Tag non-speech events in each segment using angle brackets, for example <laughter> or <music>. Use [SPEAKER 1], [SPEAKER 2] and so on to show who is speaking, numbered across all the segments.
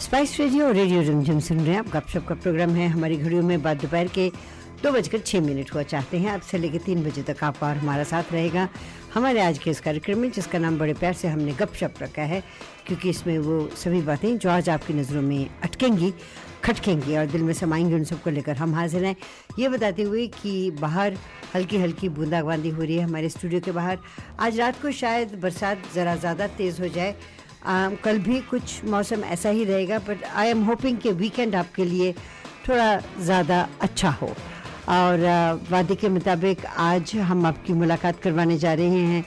[SPEAKER 1] Spice radio और radio जमझम सुन रहे हैं आप गपशप का प्रोग्राम है हमारी घड़ियों में बाद दोपहर के दो बजकर छः मिनट हुआ चाहते हैं अब से लेकर तीन बजे तक आपका और हमारा साथ रहेगा हमारे आज के इस कार्यक्रम में जिसका नाम बड़े प्यार से हमने गपशप रखा है क्योंकि इसमें वो सभी बातें जो आज आपकी नज़रों में अटकेंगी खटकेंगी और दिल में समाएंगी उन सबको लेकर हम हाजिर हैं ये बताते हुए कि बाहर हल्की हल्की बूंदाबांदी हो रही है हमारे स्टूडियो के बाहर आज रात को शायद बरसात ज़रा ज़्यादा तेज़ हो जाए आम, Um, कल भी कुछ मौसम ऐसा ही रहेगा बट आई एम होपिंग कि वीकेंड आपके लिए थोड़ा ज़्यादा अच्छा हो और आ, वादे के मुताबिक आज हम आपकी मुलाकात करवाने जा रहे हैं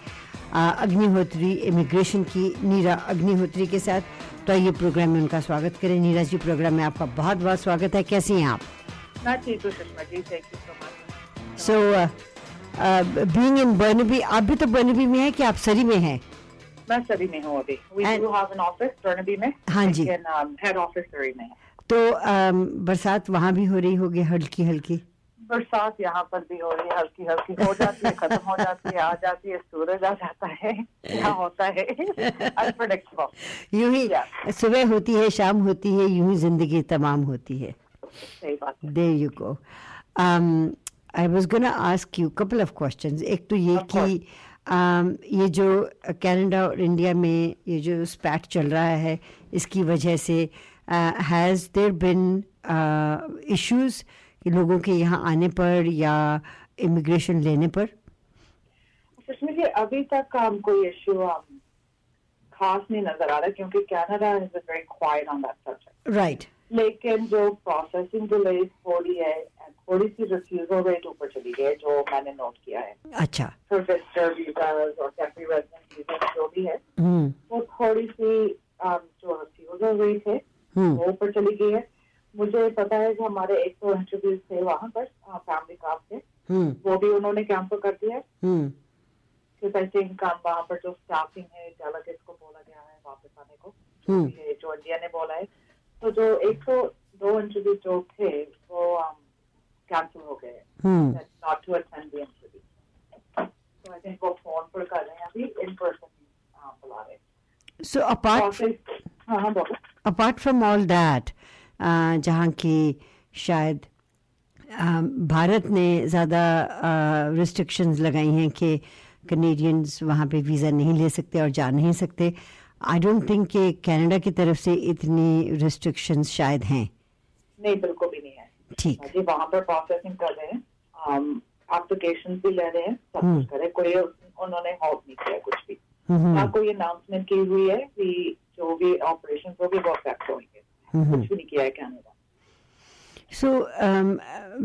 [SPEAKER 1] आ, अग्निहोत्री इमिग्रेशन की नीरा अग्निहोत्री के साथ तो ये प्रोग्राम में उनका स्वागत करें नीरा जी प्रोग्राम में आपका बहुत बहुत स्वागत है कैसी हैं आप
[SPEAKER 2] Not too good, Shishmaji. Thank you so much.
[SPEAKER 1] So being in Burnaby आप भी तो बर्नबी में हैं कि आप सरी में हैं
[SPEAKER 2] मैं सरी में हूँ अभी we
[SPEAKER 1] And-
[SPEAKER 2] do have an office टर्नबी में um,
[SPEAKER 1] हाँ जी।
[SPEAKER 2] हेड ऑफिस सरी में है।
[SPEAKER 1] तो अम, बरसात वहाँ भी हो रही होगी हल्की हल्की
[SPEAKER 2] बरसात यहाँ पर भी हो रही है हल्की हल्की हो जाती है खत्म हो जाती है आ जाती है सूरज आ जाता है क्या होता है अनप्रडिक्टेबल
[SPEAKER 1] यूं ही
[SPEAKER 2] Yeah.
[SPEAKER 1] सुबह होती है शाम होती है यूं ही जिंदगी तमाम होती है
[SPEAKER 2] सही बात है
[SPEAKER 1] there you go Um, I was gonna ask you couple of questions एक तो ये
[SPEAKER 2] Of
[SPEAKER 1] कि um, ये जो कनाडा और इंडिया में ये जो स्पैट चल रहा है इसकी वजह से uh, has there been issues uh, लोगों के यहाँ आने पर या इमिग्रेशन लेने पर
[SPEAKER 2] इसमें कि अभी तक um, कोई इश्यू खास नहीं नजर आ रहा क्योंकि Canada is very quiet on that subject
[SPEAKER 1] right
[SPEAKER 2] लेकिन जो प्रोसेसिंग डिले थोड़ी है थोड़ी सी रिफ्यूजल रेट ऊपर चली गई है जो मैंने नोट किया है
[SPEAKER 1] अच्छा
[SPEAKER 2] फिर विजिटर वीजाज और टेम्परी रेजिडेंट वीजा जो भी है
[SPEAKER 1] हम्म
[SPEAKER 2] वो थोड़ी सी um, जो रिफ्यूजल रेट है
[SPEAKER 1] हम्म
[SPEAKER 2] वो ऊपर चली गई है मुझे पता है कि हमारे एक दो इंटरव्यूज थे वहाँ पर uh, फैमिली काम के
[SPEAKER 1] हम्म
[SPEAKER 2] वो भी उन्होंने कैंसिल कर दिया
[SPEAKER 1] हम्म
[SPEAKER 2] क्योंकि आई थिंक um, वहाँ पर जो स्टाफिंग है डेलीगेट्स को बोला गया है वापस आने को तो
[SPEAKER 1] हम्म
[SPEAKER 2] ये जो इंडिया ने बोला है तो जो एक सौ दो इंटरव्यू जो थे वो कैंसिल हो गए
[SPEAKER 1] hmm
[SPEAKER 2] not to attend the interview तो आई थिंक वो फोन पर कर रहे हैं अभी इन पर्सन हाँ, बुला रहे हैं
[SPEAKER 1] सो अपार्ट
[SPEAKER 2] Process- हाँ हाँ बोलो
[SPEAKER 1] apart from all that uh, जहाँ की शायद अ, भारत ने ज़्यादा रिस्ट्रिक्शंस लगाई हैं कि कनेडियंस वहाँ पे वीज़ा नहीं ले सकते और जा नहीं सकते आई डोंट थिंक कि कनाडा की तरफ से इतनी रिस्ट्रिक्शंस शायद हैं
[SPEAKER 2] नहीं बिल्कुल भी नहीं है
[SPEAKER 1] ठीक
[SPEAKER 2] हाँ जी वहाँ पर प्रोसेसिंग कर रहे हैं एप्लीकेशन भी ले रहे हैं सब कुछ कर रहे हैं कोई उन्होंने हॉप नहीं किया कुछ भी ना
[SPEAKER 1] हम्म
[SPEAKER 2] कोई अनाउंसमेंट की हुई है कि जो भी ऑपरेशन होगी वो अफेक्ट होंगे
[SPEAKER 1] हम्म
[SPEAKER 2] कुछ भी नहीं किया है कैनेडा
[SPEAKER 1] सो um,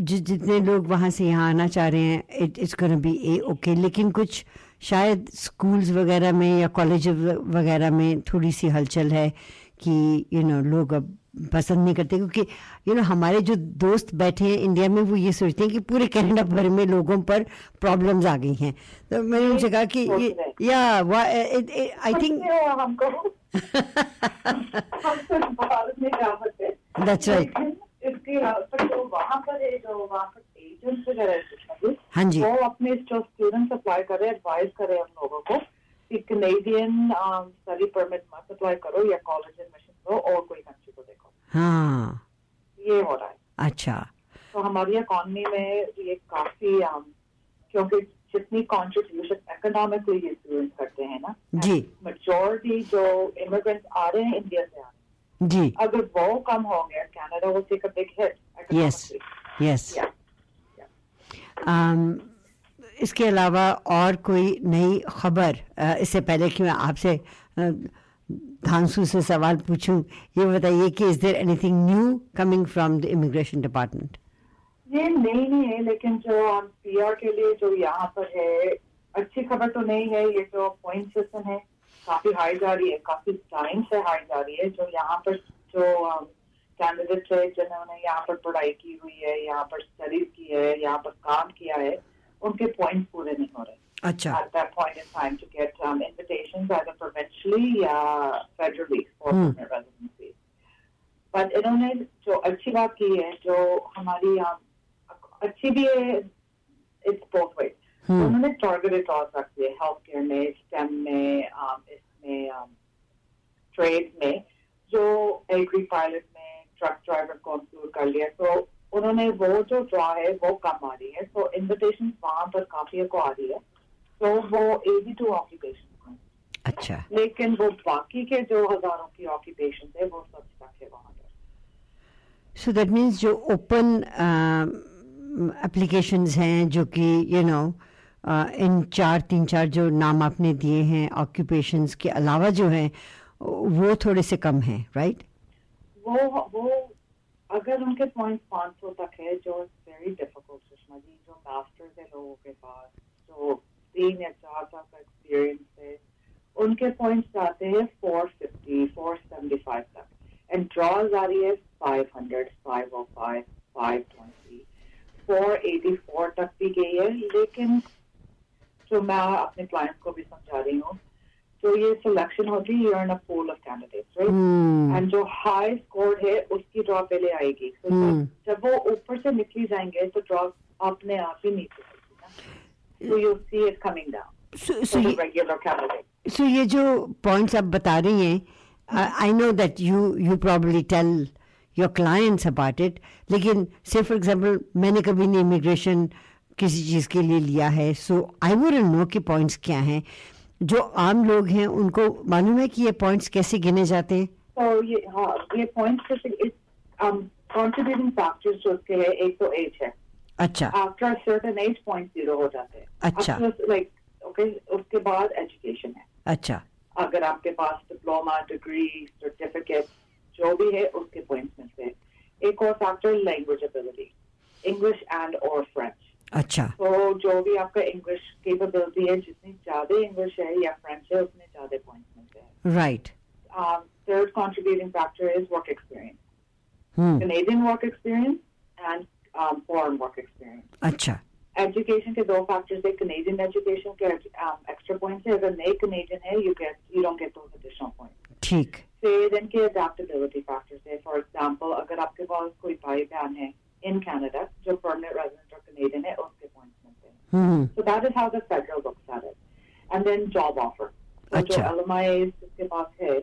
[SPEAKER 1] जि, जितने लोग वहाँ से यहाँ आना चाह रहे हैं it it's gonna be a okay लेकिन कुछ शायद स्कूल्स वगैरह में या कॉलेज वगैरह में थोड़ी सी हलचल है कि यू you नो know, लोग अब पसंद नहीं करते क्योंकि यू you नो know, हमारे जो दोस्त बैठे हैं इंडिया में वो ये सोचते हैं कि पूरे कनाडा भर में लोगों पर प्रॉब्लम्स आ गई हैं तो मैंने उनसे कहा कि ये- या आई थिंक
[SPEAKER 2] समझते हो हमको हम तो भारत में जा सकते हैं।
[SPEAKER 1] That's right.
[SPEAKER 2] लेकिन इसके अलावा जो वहाँ पर है जो वहाँ पर एजेंट वगैरह है कुछ
[SPEAKER 1] हाँ
[SPEAKER 2] ना कुछ,
[SPEAKER 1] जी।
[SPEAKER 2] वो अपने जो स्टूडेंट्स अप्लाई करे एडवाइस करे हम लोगों को कि कनेडियन स्टडी परमिट मत अप्लाई करो या कॉलेज एडमिशन लो और कोई कंट्री को देखो
[SPEAKER 1] हाँ
[SPEAKER 2] ये हो रहा है
[SPEAKER 1] अच्छा
[SPEAKER 2] तो हमारी इकोनॉमी में ये काफी um, क्योंकि जितनी कॉन्ट्रीब्यूशन इकोनॉमिकली ये स्टूडेंट करते हैं ना
[SPEAKER 1] जी।
[SPEAKER 2] मेजोरिटी जो इमिग्रेंट्स आ रहे हैं इंडिया से आ रहे
[SPEAKER 1] जी
[SPEAKER 2] हैं अगर वो कम हो गया कनाडा वो take a big hit
[SPEAKER 1] yes yes
[SPEAKER 2] yeah
[SPEAKER 1] um, Um, इसके अलावा और कोई नई खबर अ, इससे पहले कि मैं आपसे अ, धांसू से सवाल पूछूं ये बताइए कि is there anything new coming from the immigration department
[SPEAKER 2] ये नई नहीं है लेकिन जो पीआर के लिए जो यहाँ पर है अच्छी खबर तो नहीं है ये जो पॉइंट सिस्टम है काफी हाई जा रही है काफी टाइम से हाई जा रही है जो यहाँ पर जो कैंडिडेट है जिन्होंने यहाँ पर पढ़ाई की हुई है यहाँ पर स्टडीज की है यहाँ पर काम किया है उनके पॉइंट पूरे नहीं हो रहे
[SPEAKER 1] अच्छा
[SPEAKER 2] at that point in time to get um, invitations either uh, provincially या federally for
[SPEAKER 1] Hmm.
[SPEAKER 2] permanent residency. But इन्होंने जो अच्छी बात की है जो हमारी uh, um, अच्छी भी है it's both ways.
[SPEAKER 1] Hmm.
[SPEAKER 2] उन्होंने targeted laws रखी है healthcare में, STEM में, um, इसमें um, trade में जो एग्री पायलट ने ट्रक ड्राइवर को इंक्लूड कर लिया तो उन्होंने वो जो ड्रॉ है वो कम आ रही है तो इन्विटेशन वहां पर काफी को आ रही है तो वो एटी टू ऑक्यूपेशन है
[SPEAKER 1] अच्छा
[SPEAKER 2] लेकिन वो बाकी के जो हजारों की ऑक्यूपेशन है वो सब स्टक है वहां पर
[SPEAKER 1] सो दैट मीन्स जो ओपन एप्लीकेशंस हैं जो कि यू नो इन चार तीन चार जो नाम आपने दिए हैं ऑक्यूपेशंस के अलावा जो हैं वो थोड़े से कम हैं राइट
[SPEAKER 2] वो वो अगर उनके पॉइंट 500 तक है जो वेरी डिफिकल्ट सुषमा जी जो मास्टर्स है लोगों के पास जो तीन या चार साल का एक्सपीरियंस है उनके पॉइंट्स आते हैं 450 475 तक एंड ड्रॉज आ रही है 500 505 520 484 तक भी गई है लेकिन जो मैं अपने क्लाइंट्स को भी समझा रही हूँ तो ये सिलेक्शन होती है you're in a pool of candidates right
[SPEAKER 1] hmm.
[SPEAKER 2] And जो हाई स्कोर है उसकी ड्रॉ पहले आएगी तो
[SPEAKER 1] Hmm.
[SPEAKER 2] जब वो ऊपर से निकली जाएंगे तो ड्रॉ अपने आप ही नीचे होगी ना तो you see it coming down
[SPEAKER 1] so ये
[SPEAKER 2] रेगुलर कैंडिडेट
[SPEAKER 1] सो ये जो पॉइंट्स आप बता रही हैं I know that you you probably tell your clients about it लेकिन से फॉर एग्जांपल मैंने कभी नहीं इमिग्रेशन किसी चीज़ के लिए लिया है सो आई वुड नो कि पॉइंट्स क्या हैं जो आम लोग हैं उनको मालूम है कि ये पॉइंट्स कैसे गिने जाते हैं
[SPEAKER 2] तो ये हाँ ये पॉइंट्स कॉन्ट्रीब्यूटिंग फैक्टर्स um, जो उसके है एक तो एज है
[SPEAKER 1] अच्छा
[SPEAKER 2] after certain age point zero हो जाते
[SPEAKER 1] अच्छा।
[SPEAKER 2] हैं लाइक ओके उसके बाद एजुकेशन है
[SPEAKER 1] अच्छा
[SPEAKER 2] अगर आपके पास डिप्लोमा डिग्री सर्टिफिकेट जो भी है उसके पॉइंट्स में से एक और factor language ability English and और फ्रेंच
[SPEAKER 1] अच्छा
[SPEAKER 2] तो जो भी आपका इंग्लिश केपेबिलिटी है जितनी ज्यादा इंग्लिश है या फ्रेंच है उतने ज्यादा पॉइंट्स मिलते
[SPEAKER 1] राइट
[SPEAKER 2] हैं third contributing factor is work experience
[SPEAKER 1] hmm
[SPEAKER 2] Canadian work experience and foreign work experience
[SPEAKER 1] अच्छा
[SPEAKER 2] एजुकेशन के दो फैक्टर्स है कैनेडियन एजुकेशन के um, एक्स्ट्रा पॉइंट्स है अगर नए कैनेडियन है you get you don't get those additional points
[SPEAKER 1] ठीक
[SPEAKER 2] फिर इनके अडेप्टेबिलिटी फैक्टर्स है फॉर एग्जाम्पल अगर आपके पास कोई भाई बहन है इन कैनेडा जो परमानेंट रेजिडेंट और कैनेडियन है उसके पॉइंट्स मिलते हैं
[SPEAKER 1] हम्म
[SPEAKER 2] So that is how the federal looks at it. And then job offer. So जो
[SPEAKER 1] अच्छा।
[SPEAKER 2] LMIs जिसके पास है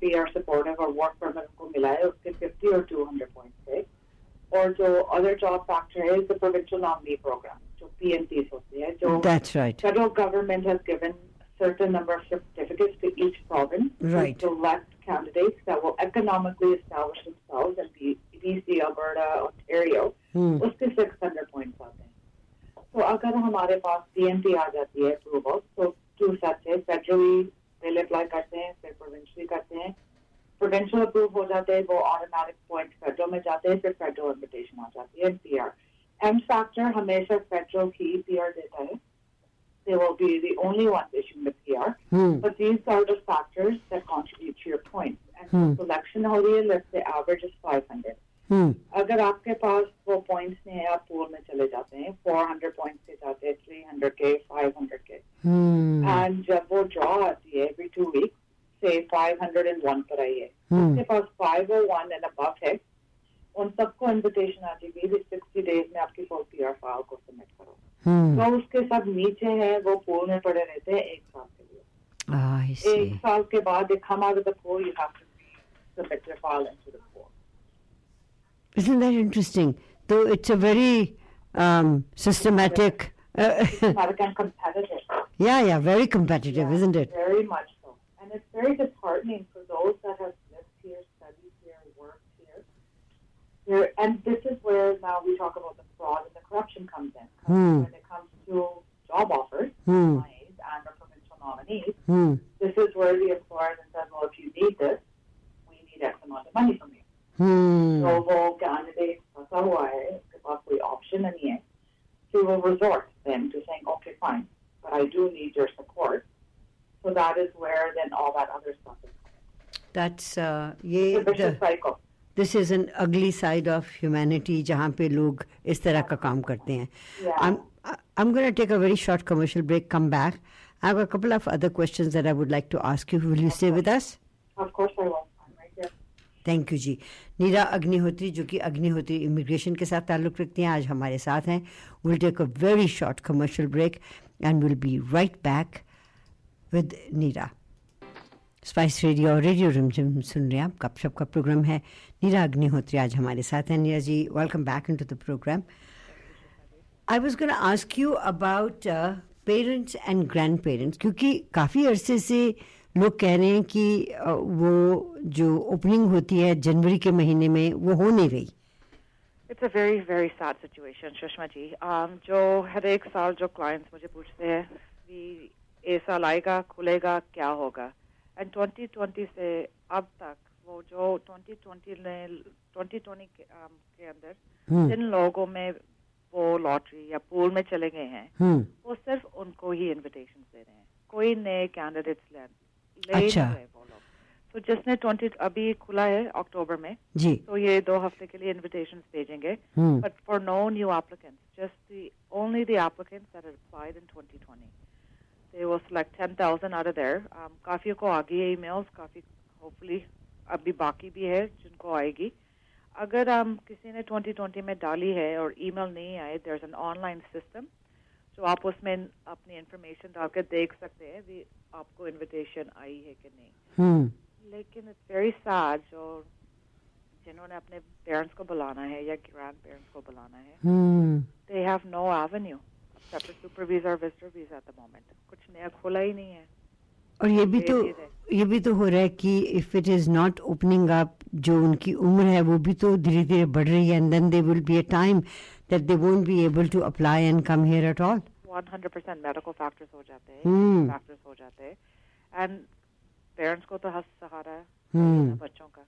[SPEAKER 2] पी आर सपोर्टिव और वर्क परमिट को मिला है उसके 50 और 200 पॉइंट्स है और जो अदर जॉब फैक्टर है the provincial nominee program जो PNPs होती है जो
[SPEAKER 1] that's right
[SPEAKER 2] federal government has given certain number of certificates to each province
[SPEAKER 1] Right.
[SPEAKER 2] to select candidates that will economically establish themselves in the BC, Alberta, Ontario.
[SPEAKER 1] हम्म
[SPEAKER 2] उसके six hundred point आते हैं तो अगर हमारे पास PNP आ जाती है approval तो to such है फेडरली पहले अप्लाई करते हैं फिर प्रोविंशियली करते हैं प्रोडेंशियल अप्रूव हो जाते हैं वो ऑटोमेटिक पॉइंट फेडरल में जाते हैं फिर फेडरल इन्विटेशन आ जाती है पी आर एम फैक्टर हमेशा फेडरल ही पी आर देता है They will be the only ones issuing the PR,
[SPEAKER 1] hmm
[SPEAKER 2] but these are the factors that contribute to your points. And
[SPEAKER 1] Hmm.
[SPEAKER 2] selection हो रही है, let's say average is 500.
[SPEAKER 1] हम्म
[SPEAKER 2] अगर आपके पास वो पॉइंट्स नहीं है आप पूल में चले जाते हैं 400 पॉइंट्स के जाते हैं 300 के 500 के
[SPEAKER 1] हम्म
[SPEAKER 2] एंड जब वो ड्रॉ आती है एवरी टू वीक से 501 पर आई है
[SPEAKER 1] हम्म
[SPEAKER 2] उसके पास 501 एंड अबव है उन सबको इनविटेशन आ जाएगी भी 60 डेज में आपकी फुल पीआर फाइल को सबमिट करो
[SPEAKER 1] हम्म
[SPEAKER 2] तो उसके सब नीचे है वो पूल में पड़े रहते हैं एक साल के लिए
[SPEAKER 1] आई सी
[SPEAKER 2] एक साल के बाद एक हम out the pool you have to submit your file into the
[SPEAKER 1] <laughs>
[SPEAKER 2] pole
[SPEAKER 1] Isn't that interesting? Though it's a very um, systematic. Uh, <laughs>
[SPEAKER 2] American competitive
[SPEAKER 1] yeah, yeah, very competitive,
[SPEAKER 2] Yeah,
[SPEAKER 1] isn't it?
[SPEAKER 2] Very much so. And it's very disheartening for those that have lived here, studied here, worked here. There, and this is where now we talk about the fraud and the corruption comes in. 'Cause
[SPEAKER 1] Hmm.
[SPEAKER 2] When it comes to job offers,
[SPEAKER 1] Hmm.
[SPEAKER 2] nominees and the provincial nominees,
[SPEAKER 1] Hmm.
[SPEAKER 2] this is where the employer then says, well, if you need this, we need X amount of money from you.
[SPEAKER 1] Hmm.
[SPEAKER 2] So वो candidate फंसा हुआ है, उसके पास कोई option नहीं है. He will resort then to saying, okay, fine, but I do need your support. So that is where then all that other stuff is.
[SPEAKER 1] That's uh,
[SPEAKER 2] It's
[SPEAKER 1] ये
[SPEAKER 2] a
[SPEAKER 1] the,
[SPEAKER 2] vicious cycle.
[SPEAKER 1] this is an ugly side of humanity जहाँ पे लोग इस तरह का काम करते हैं.
[SPEAKER 2] Yeah.
[SPEAKER 1] I'm I'm going to take a very short commercial break. Come back. I've got a couple of other questions that I would like to ask you. Will you stay with us?
[SPEAKER 2] of course I will. I'm right here.
[SPEAKER 1] Thank you ji Neera Agnihotri जो कि Agnihotri immigration के साथ ताल्लुक़ रखती हैं आज हमारे साथ हैं will take a very short commercial break and will be right back with Neera spice radio और रेडियो रिमझिम सुन रहे हैं आप गपशप का प्रोग्राम है नीरा अग्निहोत्री आज हमारे साथ हैं Neera ji welcome back into the programme I was gonna ask you about parents and grandparents क्योंकि काफ़ी अरसे से लोग कह रहे हैं कि uh, वो जो ओपनिंग होती है जनवरी के महीने में वो हो नहीं रही
[SPEAKER 3] It's a very, very sad situation, Shushma ji. Um, जो हर एक साल जो clients मुझे पूछते हैं कि ये साल आएगा खुलेगा क्या होगा एंड 2020 से अब तक वो जो 2020 ने 2020 के, um, के अंदर जिन लोगों में वो लॉटरी या पूल में चले गए हैं
[SPEAKER 1] हम्म
[SPEAKER 3] वो सिर्फ उनको ही इनविटेशन दे रहे हैं कोई नए कैंडिडेट्स ले ले नहीं
[SPEAKER 1] अच्छा।
[SPEAKER 3] रहे वो लोग तो जिसने 20 अभी खुला है अक्टूबर में
[SPEAKER 1] जी
[SPEAKER 3] तो ये दो हफ्ते के लिए इनविटेशन भेजेंगे
[SPEAKER 1] हम्म
[SPEAKER 3] but for no new applicants, just the only the applicants that had applied in 2020. They will select 10,000 out of there. Um, काफियों को आ गई है emails, काफी hopefully अभी बाकी भी है जिनको आएगी. अगर um, किसी ने 2020 में डाली है और email नहीं आए, there's an online system जो आप उसमें अपनी information डाल के देख सकते हैं कि आपको invitation आई है कि नहीं.
[SPEAKER 1] हम्म
[SPEAKER 3] लेकिन इट्स वेरी सैड जो जिन्होंने अपने पेरेंट्स को बुलाना है या ग्रैंड पेरेंट्स को बुलाना है
[SPEAKER 1] hmm
[SPEAKER 3] they have no avenue separate super visa और visitor visa at the moment कुछ नया खुला ही नहीं है
[SPEAKER 1] और ये भी
[SPEAKER 3] धीरे
[SPEAKER 1] तो
[SPEAKER 3] धीरे।
[SPEAKER 1] ये भी तो हो रहा है कि if it is not opening up जो उनकी उम्र है वो भी तो धीरे धीरे बढ़ रही है and then they will be a time that they won't be able to apply and come here at all
[SPEAKER 3] 100% medical factors हो जाते
[SPEAKER 1] हम्म।
[SPEAKER 3] हैं फैक्टर्स हो जाते हैं एंड पेरेंट्स को तो हर सहारा
[SPEAKER 1] हम्म।
[SPEAKER 3] है बच्चों का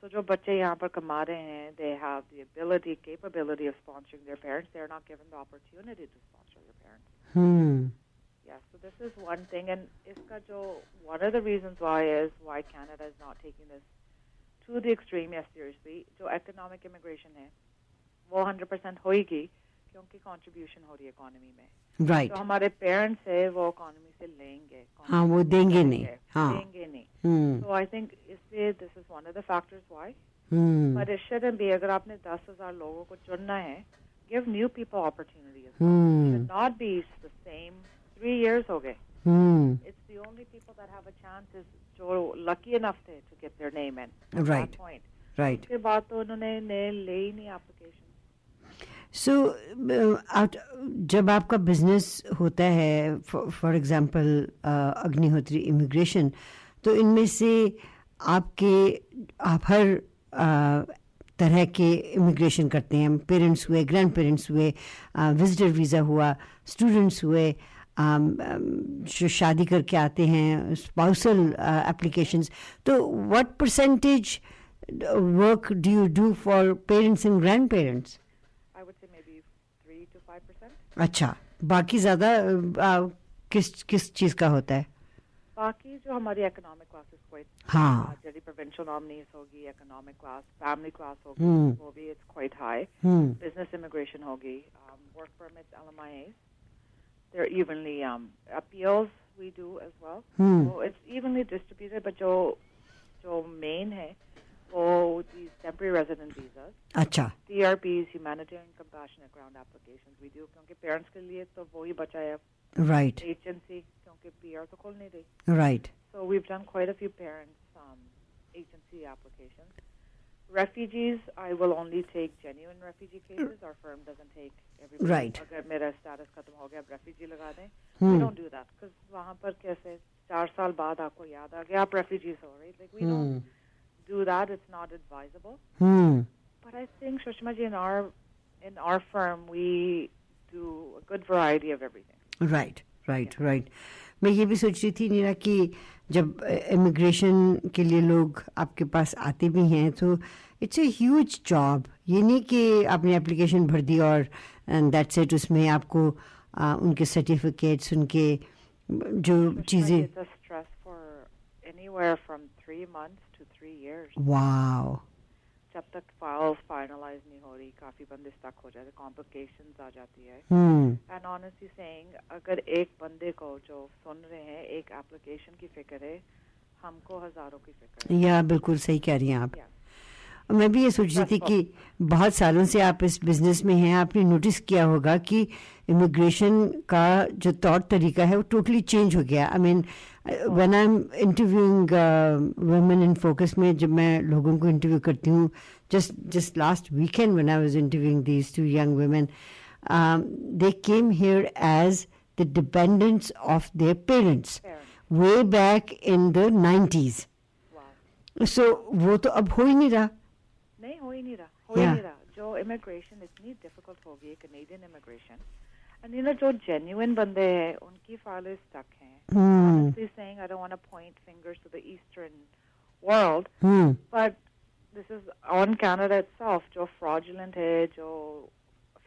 [SPEAKER 3] सो जो बच्चे यहाँ पर कमा रहे हैं they have the ability capability of sponsoring their parents they are not given the opportunity to sponsor your parents
[SPEAKER 1] hmm
[SPEAKER 3] Yeah, so this is one thing, and iska jo, one of the reasons why is why Canada is not taking this to the extreme, yes, seriously. जो economic immigration है, वो 100% होएगी क्योंकि contribution हो रही है economy में.
[SPEAKER 1] Right
[SPEAKER 3] तो हमारे parents है वो economy से लेंगे.
[SPEAKER 1] हाँ, वो
[SPEAKER 3] economy से
[SPEAKER 1] देंगे
[SPEAKER 3] लेंगे,
[SPEAKER 1] नहीं, हाँ.
[SPEAKER 3] देंगे नहीं.
[SPEAKER 1] हम्म
[SPEAKER 3] So I think इसलिए this is one of the factors why.
[SPEAKER 1] Hmm
[SPEAKER 3] But it shouldn't be. अगर आपने 10,000 लोगों को चुनना है, give new people opportunity as well.
[SPEAKER 1] Hmm
[SPEAKER 3] Should not be the same. Three years हो गए.
[SPEAKER 1] Hmm
[SPEAKER 3] it's the only people that have a chance is जो lucky enough थे to get their name in at
[SPEAKER 1] Right.
[SPEAKER 3] that point.
[SPEAKER 1] Right
[SPEAKER 3] उसके बाद तो उन्होंने नए ले ही नहीं application.
[SPEAKER 1] सो uh, जब आपका बिजनेस होता है for example Agnihotri immigration uh, तो इनमें से आपके आप हर uh, तरह के इमिग्रेशन करते हैं पेरेंट्स हुए ग्रैंड पेरेंट्स हुए विजिटर वीज़ा हुआ स्टूडेंट्स हुए um, um, जो शादी करके आते हैं स्पाउसल एप्लीकेशंस तो what percentage work do you do for parents and grandparents
[SPEAKER 3] I would say maybe three to five percent.
[SPEAKER 1] अच्छा बाकी ज्यादा अ, आ, किस किस चीज का होता है
[SPEAKER 3] बाकी जो हमारी economic classes quite
[SPEAKER 1] हाँ
[SPEAKER 3] जैसे provincial nominees होगी economic class, family class होगी
[SPEAKER 1] हम्म
[SPEAKER 3] वो भी it's quite high.
[SPEAKER 1] Hmm
[SPEAKER 3] Business immigration होगी, um, work permits, LMIAs. They're evenly um, appeals we do as well.
[SPEAKER 1] Hmm
[SPEAKER 3] So it's evenly distributed, but जो जो main है वो these temporary resident visas,
[SPEAKER 1] अच्छा
[SPEAKER 3] TRPs, humanitarian compassionate ground applications we do क्योंकि parents के लिए तो वो ही बचा है
[SPEAKER 1] राइट
[SPEAKER 3] agency क्योंकि PR तो खोल नहीं रही.
[SPEAKER 1] Right
[SPEAKER 3] So we've done quite a few parents um, agency applications. Refugees, I will only take genuine refugee cases. Our firm doesn't take everybody.
[SPEAKER 1] Right.
[SPEAKER 3] अगर मेरा status खत्म हो गया, अब refugee लगा दें. We
[SPEAKER 1] hmm
[SPEAKER 3] don't do that because वहाँ पर कैसे चार साल बाद आपको याद आ गया आप refugees हो right? Like we don't
[SPEAKER 1] hmm
[SPEAKER 3] do that. It's not advisable.
[SPEAKER 1] Hmm
[SPEAKER 3] But I think Shushma ji, in our in our firm we do a good variety of everything.
[SPEAKER 1] Right right right मैं ये भी सोच रही थी नीरा कि जब immigration के लिए लोग आपके पास आते भी हैं तो इट्स ए ह्यूज जॉब ये नहीं कि आपने एप्लीकेशन भर दी और दैट्स इट उसमें आपको अ, उनके सर्टिफिकेट्स उनके जो
[SPEAKER 3] Shushma ji,
[SPEAKER 1] चीज़ें
[SPEAKER 3] it's a stress for anywhere from three months to three years.
[SPEAKER 1] Wow
[SPEAKER 3] जब तक files finalize नहीं हो रही काफी बंदे stuck हो जाते complications आ जाती है.
[SPEAKER 1] हम्म
[SPEAKER 3] And honestly saying, अगर एक बंदे को जो सुन रहे हैं एक application की फिक्र है, हमको हजारों की फिक्र है.
[SPEAKER 1] या बिल्कुल सही कह रही हैं आप
[SPEAKER 3] Yeah.
[SPEAKER 1] मैं भी ये सोच रही थी कि बहुत सालों से आप इस बिजनेस में हैं आपने नोटिस किया होगा कि इमिग्रेशन का जो तौर तरीका है वो टोटली चेंज हो गया I mean when I am interviewing women in focus में जब मैं लोगों को इंटरव्यू करती हूँ just just last weekend when I was interviewing these two young women um, they came here as the dependents of their parents way back in the nineties
[SPEAKER 3] वाह
[SPEAKER 1] सो वो तो अब हो ही नहीं रहा
[SPEAKER 3] नहीं हो ही नहीं रहा हो ही
[SPEAKER 1] Yeah.
[SPEAKER 3] नहीं रहा जो इमिग्रेशन इतनी डिफिकल्ट हो गई है Canadian immigration and you know जो जेन्यून बंदे हैं उनकी फाइलें स्टक हैं
[SPEAKER 1] हम्म
[SPEAKER 3] He's saying I don't want to point fingers to the Eastern world,
[SPEAKER 1] hmm
[SPEAKER 3] but this is on Canada itself. जो fraudulent है, जो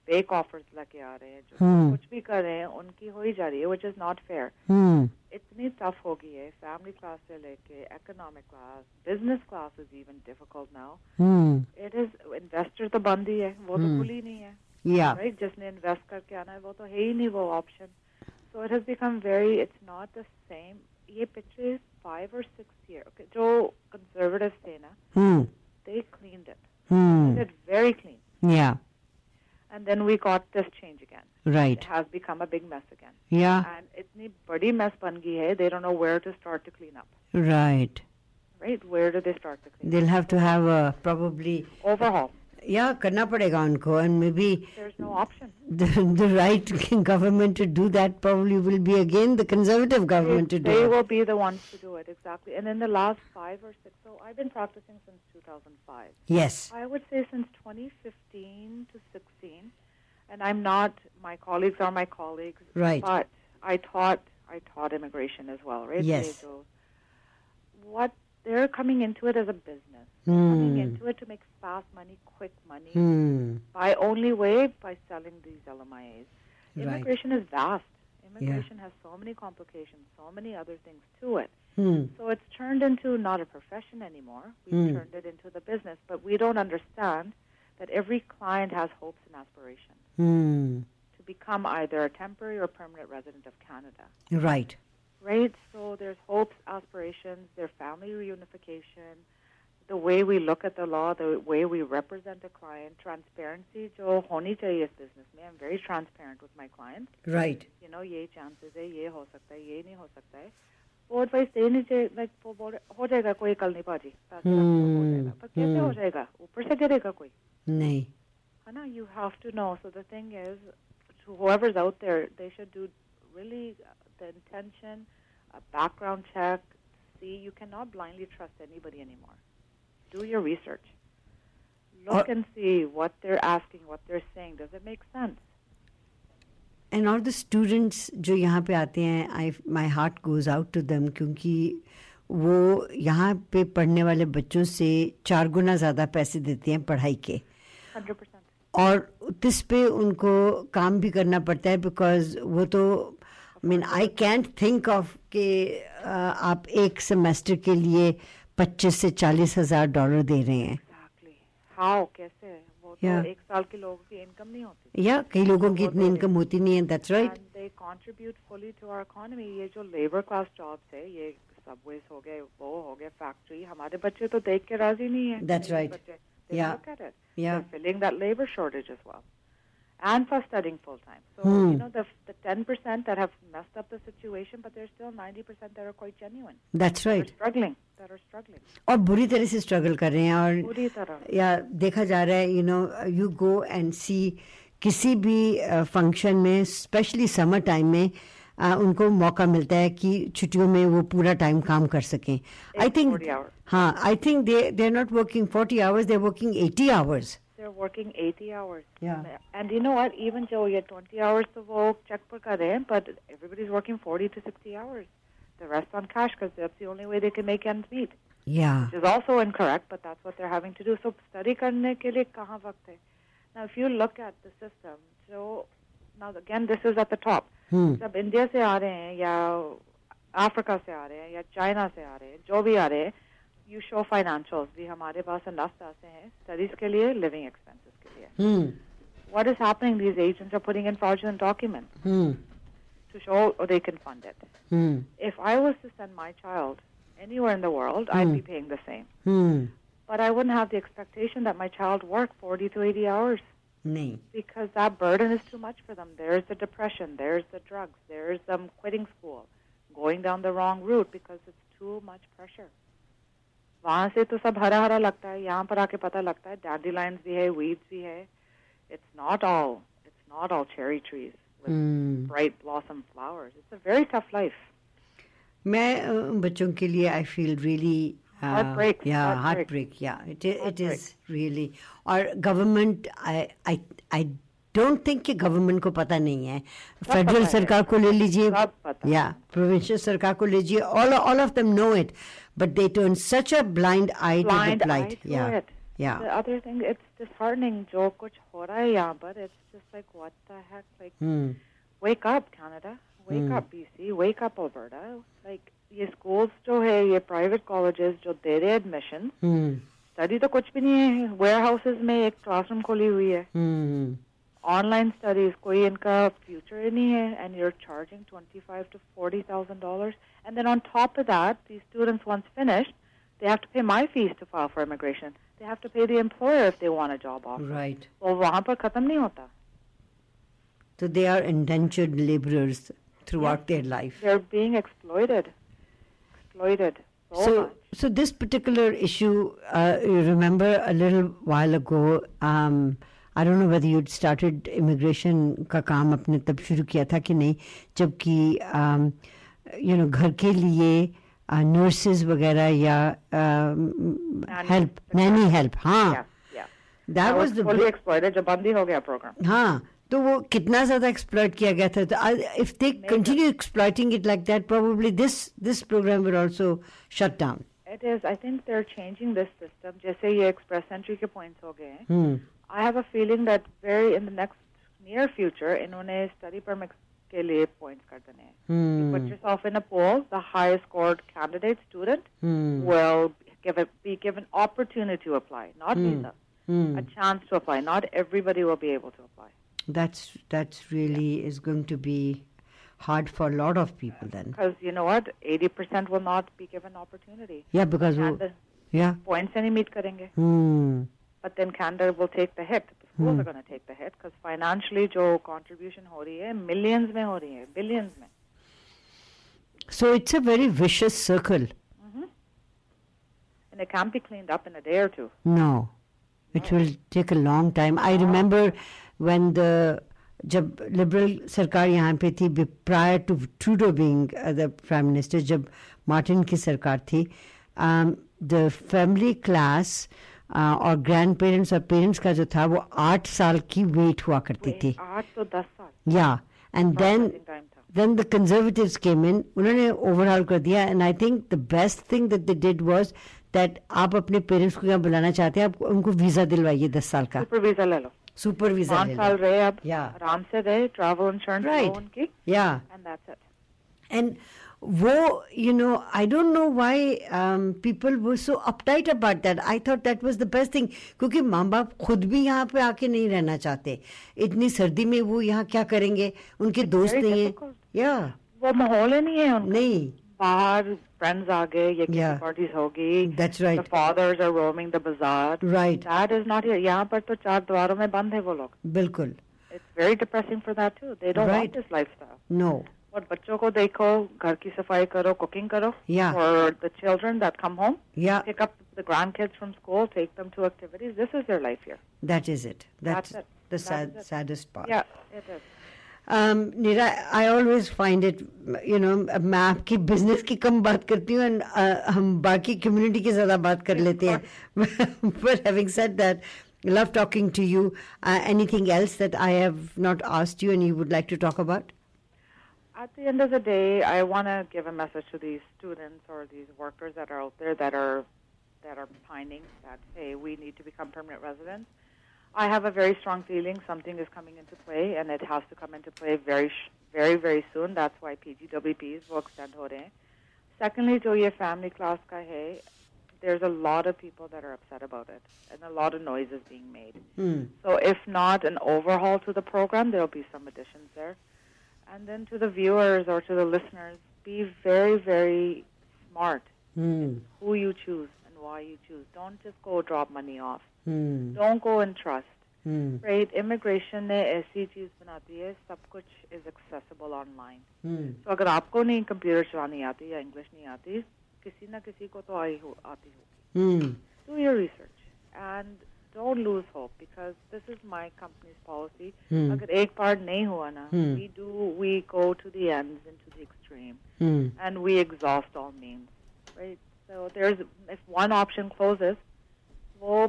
[SPEAKER 3] fake offers लेके आ रहे हैं, जो
[SPEAKER 1] Hmm.
[SPEAKER 3] कुछ भी कर रहे हैं, उनकी हो ही जा रही है, which is not fair.
[SPEAKER 1] हम्म
[SPEAKER 3] इतनी टफ हो गई है, family class से लेके economic class, business class is even difficult now.
[SPEAKER 1] Hmm
[SPEAKER 3] It is investor तो बंद ही है, वो तो
[SPEAKER 1] Hmm.
[SPEAKER 3] खुल ही नहीं है.
[SPEAKER 1] या
[SPEAKER 3] right? जिसने इन्वेस्ट करके आना है वो तो है ही नहीं वो option so it has become very it's not the same ये पिछले फाइव और सिक्स ईयर जो कंजर्वेटिव थे ना
[SPEAKER 1] hmm
[SPEAKER 3] they clean it
[SPEAKER 1] hmm
[SPEAKER 3] it very clean
[SPEAKER 1] या
[SPEAKER 3] and then we got this change again
[SPEAKER 1] right
[SPEAKER 3] it has become a big mess again
[SPEAKER 1] या
[SPEAKER 3] and इतनी बड़ी मेस बन गई है they don't know where to start to clean up
[SPEAKER 1] right
[SPEAKER 3] right where do they start to clean
[SPEAKER 1] they'll have to have a probably
[SPEAKER 3] overall
[SPEAKER 1] या करना पड़ेगा उनको and maybe
[SPEAKER 3] there is no option
[SPEAKER 1] the, the right government to do that probably will be again the conservative government to do
[SPEAKER 3] They
[SPEAKER 1] it.
[SPEAKER 3] will be the ones to do it exactly. And in the last five or six, so I've been practicing since 2005.
[SPEAKER 1] yes
[SPEAKER 3] I would say since 2015 to 16, and I'm not. My colleagues are my colleagues,
[SPEAKER 1] Right.
[SPEAKER 3] But I taught. I taught immigration as well, right?
[SPEAKER 1] Yes.
[SPEAKER 3] So what they're coming into it as a business, coming
[SPEAKER 1] hmm.
[SPEAKER 3] into it to make fast money, quick money,
[SPEAKER 1] Hmm.
[SPEAKER 3] by only way by selling these LMIAs.
[SPEAKER 1] Right.
[SPEAKER 3] Immigration is vast. Immigration has so many complications, so many other things to it.
[SPEAKER 1] Hmm.
[SPEAKER 3] So it's turned into not a profession anymore. We've
[SPEAKER 1] Mm.
[SPEAKER 3] turned it into the business, but we don't understand that every client has hopes and aspirations
[SPEAKER 1] Hmm.
[SPEAKER 3] to become either a temporary or permanent resident of Canada.
[SPEAKER 1] right
[SPEAKER 3] Right? So there's hopes, aspirations, their family reunification, the way we look at the law, the way we represent a client, transparency. So honi chahiye is business mein. I'm very transparent with my clients.
[SPEAKER 1] right
[SPEAKER 3] you know ये chances है ये हो सकता है ये नहीं हो सकता है वो एडवाइस दे नहीं चाहिए लाइक वो बोल रहे, हो जाएगा कोई कल नहीं पाजी पैसे आपको हो जाएगा पर कैसे हो
[SPEAKER 1] Hmm.
[SPEAKER 3] जाएगा ऊपर से गिरेगा कोई
[SPEAKER 1] nahi
[SPEAKER 3] है ना you have to know so the thing is whoever's out there they should do really uh, the intention a background check see you cannot blindly trust anybody anymore do your research look and see what they're asking what they're saying does it make sense
[SPEAKER 1] and all the students जो यहाँ पे आते हैं I my heart goes out to them क्योंकि वो यहाँ पे पढ़ने वाले बच्चों से चार गुना ज़्यादा पैसे देते हैं पढ़ाई के
[SPEAKER 3] 100%
[SPEAKER 1] और किस पे उनको काम भी करना पड़ता है बिकॉज वो तो I mean I can't think of कि अ, आप एक सेमेस्टर के लिए पच्चीस से चालीस हज़ार डॉलर दे रहे हैं
[SPEAKER 3] एग्जैक्टली हाउ कैसे वो तो
[SPEAKER 1] Yeah.
[SPEAKER 3] एक साल के लोगों की इनकम नहीं होती
[SPEAKER 1] या कई लोगों की इतनी इनकम होती नहीं है that's right
[SPEAKER 3] and they contribute fully to our economy ये जो लेबर क्लास जॉब्स है ये सबवेज हो गए वो हो गए फैक्ट्री हमारे बच्चे तो देख के राजी नहीं है
[SPEAKER 1] That's right. Yeah. Yeah.
[SPEAKER 3] Filling that labour shortage as well And for studying full time, so
[SPEAKER 1] Hmm.
[SPEAKER 3] you know the the ten percent that have messed up the situation, but there's still ninety percent that are quite genuine,
[SPEAKER 1] that's
[SPEAKER 3] that are
[SPEAKER 1] right
[SPEAKER 3] struggling, that are struggling.
[SPEAKER 1] और बुरी तरह से struggle कर रहे हैं और
[SPEAKER 3] पूरी तरह
[SPEAKER 1] या देखा जा रहा है you know you go and see किसी भी फंक्शन में स्पेशली समर टाइम में अ, उनको मौका मिलता है कि छुट्टियों में वो पूरा टाइम काम कर सकें आई थिंक
[SPEAKER 3] 40 hours.
[SPEAKER 1] हाँ I think they they are not working forty hours they working eighty hours
[SPEAKER 3] They're working 80 hours.
[SPEAKER 1] Yeah.
[SPEAKER 3] And you know what? Even though you're 20 hours to work, check per kare, but everybody's working 40 to 60 hours. The rest on cash because that's the only way they can make ends meet.
[SPEAKER 1] Yeah
[SPEAKER 3] Which is also incorrect, but that's what they're having to do. So study karne ke liye kahan waqt hai? Now, if you look at the system, so now again, this is at the top.
[SPEAKER 1] Hmm,
[SPEAKER 3] जब India से आ रहे हैं या Africa से आ रहे हैं या चाइना से आ रहे हैं जो भी आ रहे हैं यू शो फाइनेंशियल्स भी हमारे पास इनफ पैसे हैं स्टडीज के लिए लिविंग एक्सपेंसेस के लिए
[SPEAKER 1] hmm,
[SPEAKER 3] what is happening, these agents are putting in fraudulent documents
[SPEAKER 1] hmm,
[SPEAKER 3] to show or they can fund it.
[SPEAKER 1] hmm.
[SPEAKER 3] If I was to send my child anywhere in the world, I'd be paying the same. but I wouldn't have the expectation that my child work 40 to 80 hours
[SPEAKER 1] नहीं
[SPEAKER 3] because that burden is too much for them. There's the depression, there's the drugs, there's them quitting school, going down the wrong route because it's too much pressure. वहाँ से तो सब हरा हरा लगता है यहाँ पर आके पता लगता है dandelions भी है weeds भी है it's not all it's not all cherry trees with
[SPEAKER 1] hmm.
[SPEAKER 3] bright blossom flowers it's a very tough life
[SPEAKER 1] मैं अ, बच्चों के लिए I feel really
[SPEAKER 3] Heartbreak,
[SPEAKER 1] yeah
[SPEAKER 3] heartbreak.
[SPEAKER 1] Heartbreak yeah it it
[SPEAKER 3] Heartbreak.
[SPEAKER 1] Is really और government I I I don't think कि government को पता नहीं है
[SPEAKER 3] पता
[SPEAKER 1] फेडरल
[SPEAKER 3] है।
[SPEAKER 1] सरकार को ले लीजिए
[SPEAKER 3] सब पता है।
[SPEAKER 1] या प्रोविंशियल सरकार को ले लीजिए all all of them know it but they turn such a blind eye to the
[SPEAKER 3] blind eye
[SPEAKER 1] blind
[SPEAKER 3] to
[SPEAKER 1] yeah
[SPEAKER 3] it
[SPEAKER 1] yeah
[SPEAKER 3] the other thing it's disheartening जो कुछ हो रहा है यहाँ पर it's just like what the heck like
[SPEAKER 1] hmm
[SPEAKER 3] wake up Canada, wake
[SPEAKER 1] Hmm.
[SPEAKER 3] up BC, wake up Alberta. Like ये schools जो है ये private colleges जो दे रहे admission,
[SPEAKER 1] हम्म
[SPEAKER 3] study तो कुछ भी नहीं है warehouses में एक classroom खोली हुई है
[SPEAKER 1] हम्म
[SPEAKER 3] online studies कोई इनका future ही नहीं है and you're charging twenty five to forty thousand dollars and then on top of that these students once finished they have to pay my fees to file for immigration they have to pay the employer if they want a job offer
[SPEAKER 1] right
[SPEAKER 3] well वहाँ पर खत्म नहीं होता
[SPEAKER 1] तो they are indentured labourers throughout their life
[SPEAKER 3] they're being exploited exploited so,
[SPEAKER 1] so,
[SPEAKER 3] much.
[SPEAKER 1] so this particular issue, uh, you remember a little while ago, um, I don't know whether you'd started immigration का काम अपने तब शुरू किया था कि नहीं, जबकि um, you know घर के लिए uh, नर्सेज वगैरह या um, help nanny help
[SPEAKER 3] yeah
[SPEAKER 1] हाँ
[SPEAKER 3] yeah
[SPEAKER 1] that
[SPEAKER 3] That
[SPEAKER 1] was
[SPEAKER 3] was
[SPEAKER 1] the
[SPEAKER 3] fully
[SPEAKER 1] big-
[SPEAKER 3] exploited जब बंद ही हो गया program
[SPEAKER 1] हाँ तो वो कितना ज्यादा एक्सप्लॉइट किया गया था तो if they continue exploiting it like that probably this this programme will also shut down
[SPEAKER 3] it is I think they're changing this system जैसे ये express entry के points हो गए हैं
[SPEAKER 1] हम्म
[SPEAKER 3] I have a feeling that very in the next near future इन्होंने study permit के लिए points कर देने हैं
[SPEAKER 1] हम्म
[SPEAKER 3] put yourself in a pool the highest scored candidate student
[SPEAKER 1] hmm
[SPEAKER 3] will give a, be given opportunity to apply not visa
[SPEAKER 1] Hmm.
[SPEAKER 3] a chance to apply not everybody will be able to apply
[SPEAKER 1] That's that's really is going to be hard for a lot of people then.
[SPEAKER 3] because you know what 80% will not be given opportunity
[SPEAKER 1] Yeah, because
[SPEAKER 3] and
[SPEAKER 1] we
[SPEAKER 3] the
[SPEAKER 1] yeah.
[SPEAKER 3] points any meet करेंगे
[SPEAKER 1] Hmm.
[SPEAKER 3] but then Canada will take the hit. The schools are going to take the hit because financially, जो contribution हो रही है millions में हो रही है billions में.
[SPEAKER 1] So it's a very vicious circle.
[SPEAKER 3] And it can't be cleaned up in a day or two.
[SPEAKER 1] No, it will take a long time. I remember when the जब liberal सरकार यहाँ पे थी prior to Trudeau being the prime minister जब Martin की सरकार थी um, the family class और ग्रैंड पेरेंट्स और पेरेंट्स का जो था वो आठ साल की वेट हुआ करती थी
[SPEAKER 3] आठ तो दस साल
[SPEAKER 1] या एंड देन
[SPEAKER 3] processing time था.
[SPEAKER 1] then the conservatives came in उन्होंने overhaul कर दिया and I think the best thing that they did was that आप अपने parents को यहाँ बुलाना चाहते हैं आप उनको वीजा दिलवाइए दस साल का
[SPEAKER 3] Super visa ले लो.
[SPEAKER 1] सुपर वीजा
[SPEAKER 3] पाँच साल रहे अब.
[SPEAKER 1] Yeah.
[SPEAKER 3] आराम से रहे. Travel insurance
[SPEAKER 1] Right.
[SPEAKER 3] लो उनकी.
[SPEAKER 1] या
[SPEAKER 3] And that's it.
[SPEAKER 1] एंड वो you know I don't know why people वो so uptight about that I thought that was the best thing क्योंकि माँ बाप खुद भी यहाँ पे आके नहीं रहना चाहते इतनी सर्दी में वो यहाँ क्या करेंगे उनके दोस्त
[SPEAKER 3] very
[SPEAKER 1] नहीं है
[SPEAKER 3] difficult.
[SPEAKER 1] या
[SPEAKER 3] वो माहौल ही नहीं है उनका.
[SPEAKER 1] नहीं
[SPEAKER 3] बाहर friends आ गए ये किसी
[SPEAKER 1] Yeah.
[SPEAKER 3] parties होगी.
[SPEAKER 1] That's
[SPEAKER 3] The
[SPEAKER 1] right
[SPEAKER 3] fathers are roaming the bazaar.
[SPEAKER 1] Right
[SPEAKER 3] That is not here. यहाँ पर तो चार द्वारों में बंद है वो लोग.
[SPEAKER 1] बिल्कुल
[SPEAKER 3] It's very depressing for that too. They don't
[SPEAKER 1] Right.
[SPEAKER 3] want this lifestyle.
[SPEAKER 1] No.
[SPEAKER 3] और बच्चों को देखो घर की सफाई करो कुकिंग करो
[SPEAKER 1] Yeah.
[SPEAKER 3] for the children that come home
[SPEAKER 1] Yeah,
[SPEAKER 3] pick up the grandkids from school take them to activities this is their life here
[SPEAKER 1] that is it. That's,
[SPEAKER 3] That's it.
[SPEAKER 1] the
[SPEAKER 3] That's
[SPEAKER 1] sad,
[SPEAKER 3] it.
[SPEAKER 1] saddest part.
[SPEAKER 3] yeah it is
[SPEAKER 1] Um, Nira, I always find it, you know, मैं आपकी business की कम बात करती हूँ and हम बाकी community की ज़्यादा बात कर लेते हैं <laughs> but having said that love talking to you anything else that I have not asked you and you would like to talk about
[SPEAKER 3] at the end of the day I want to give a message to these students or these workers that are out there that are that are pining that hey we need to become permanent residents I have a very strong feeling something is coming into play and it has to come into play very sh- very very soon that's why PGWPs will extend हो रहे हैं eh? Secondly, जो ये family class का है, there's a lot of people that are upset about it, and a lot of noise is being made.
[SPEAKER 1] Hmm,
[SPEAKER 3] So if not an overhaul to the program, there'll be some additions there. And then to the viewers or
[SPEAKER 1] hmm,
[SPEAKER 3] to the listeners, be very, very smart who you choose and why you choose. Don't just go drop money off.
[SPEAKER 1] Hmm,
[SPEAKER 3] Don't go and trust.
[SPEAKER 1] Hmm,
[SPEAKER 3] Right? Immigration eh, ने ऐसी चीज बना दी है सब कुछ is accessible online.
[SPEAKER 1] हम्म,
[SPEAKER 3] तो अगर आपको नहीं कंप्यूटर चलानी आती या इंग्लिश नहीं आती किसी ना किसी को तो आई हो आती हो
[SPEAKER 1] हम्म,
[SPEAKER 3] do your research and don't lose hope because this is my company's policy.
[SPEAKER 1] Hmm.
[SPEAKER 3] अगर एक बार नहीं हुआ ना,
[SPEAKER 1] Hmm.
[SPEAKER 3] we do we go to the ends and to the extreme
[SPEAKER 1] hmm,
[SPEAKER 3] and we exhaust all means, right? So there's if one option closes, वो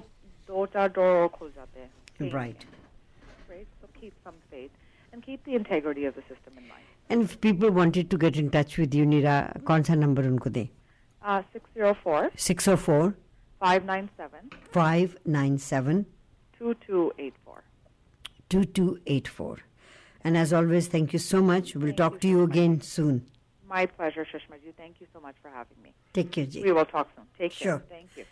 [SPEAKER 3] दो चार door और खुल जाते हैं. Same
[SPEAKER 1] Right.
[SPEAKER 3] thing, Right. So keep some faith and keep the integrity of the system in mind.
[SPEAKER 1] And if people wanted to get in touch with you, Nira, कौन सा नंबर उनको दे
[SPEAKER 3] Uh, 604
[SPEAKER 1] six o four
[SPEAKER 3] 597
[SPEAKER 1] five nine seven
[SPEAKER 3] 2284.
[SPEAKER 1] 2284. And as always, thank you so much. We'll talk to you again soon.
[SPEAKER 3] My pleasure, Shishma Ji. Thank you so much for having me.
[SPEAKER 1] Take care, Ji.
[SPEAKER 3] We will talk soon. Take care.
[SPEAKER 1] Sure.
[SPEAKER 3] Thank you.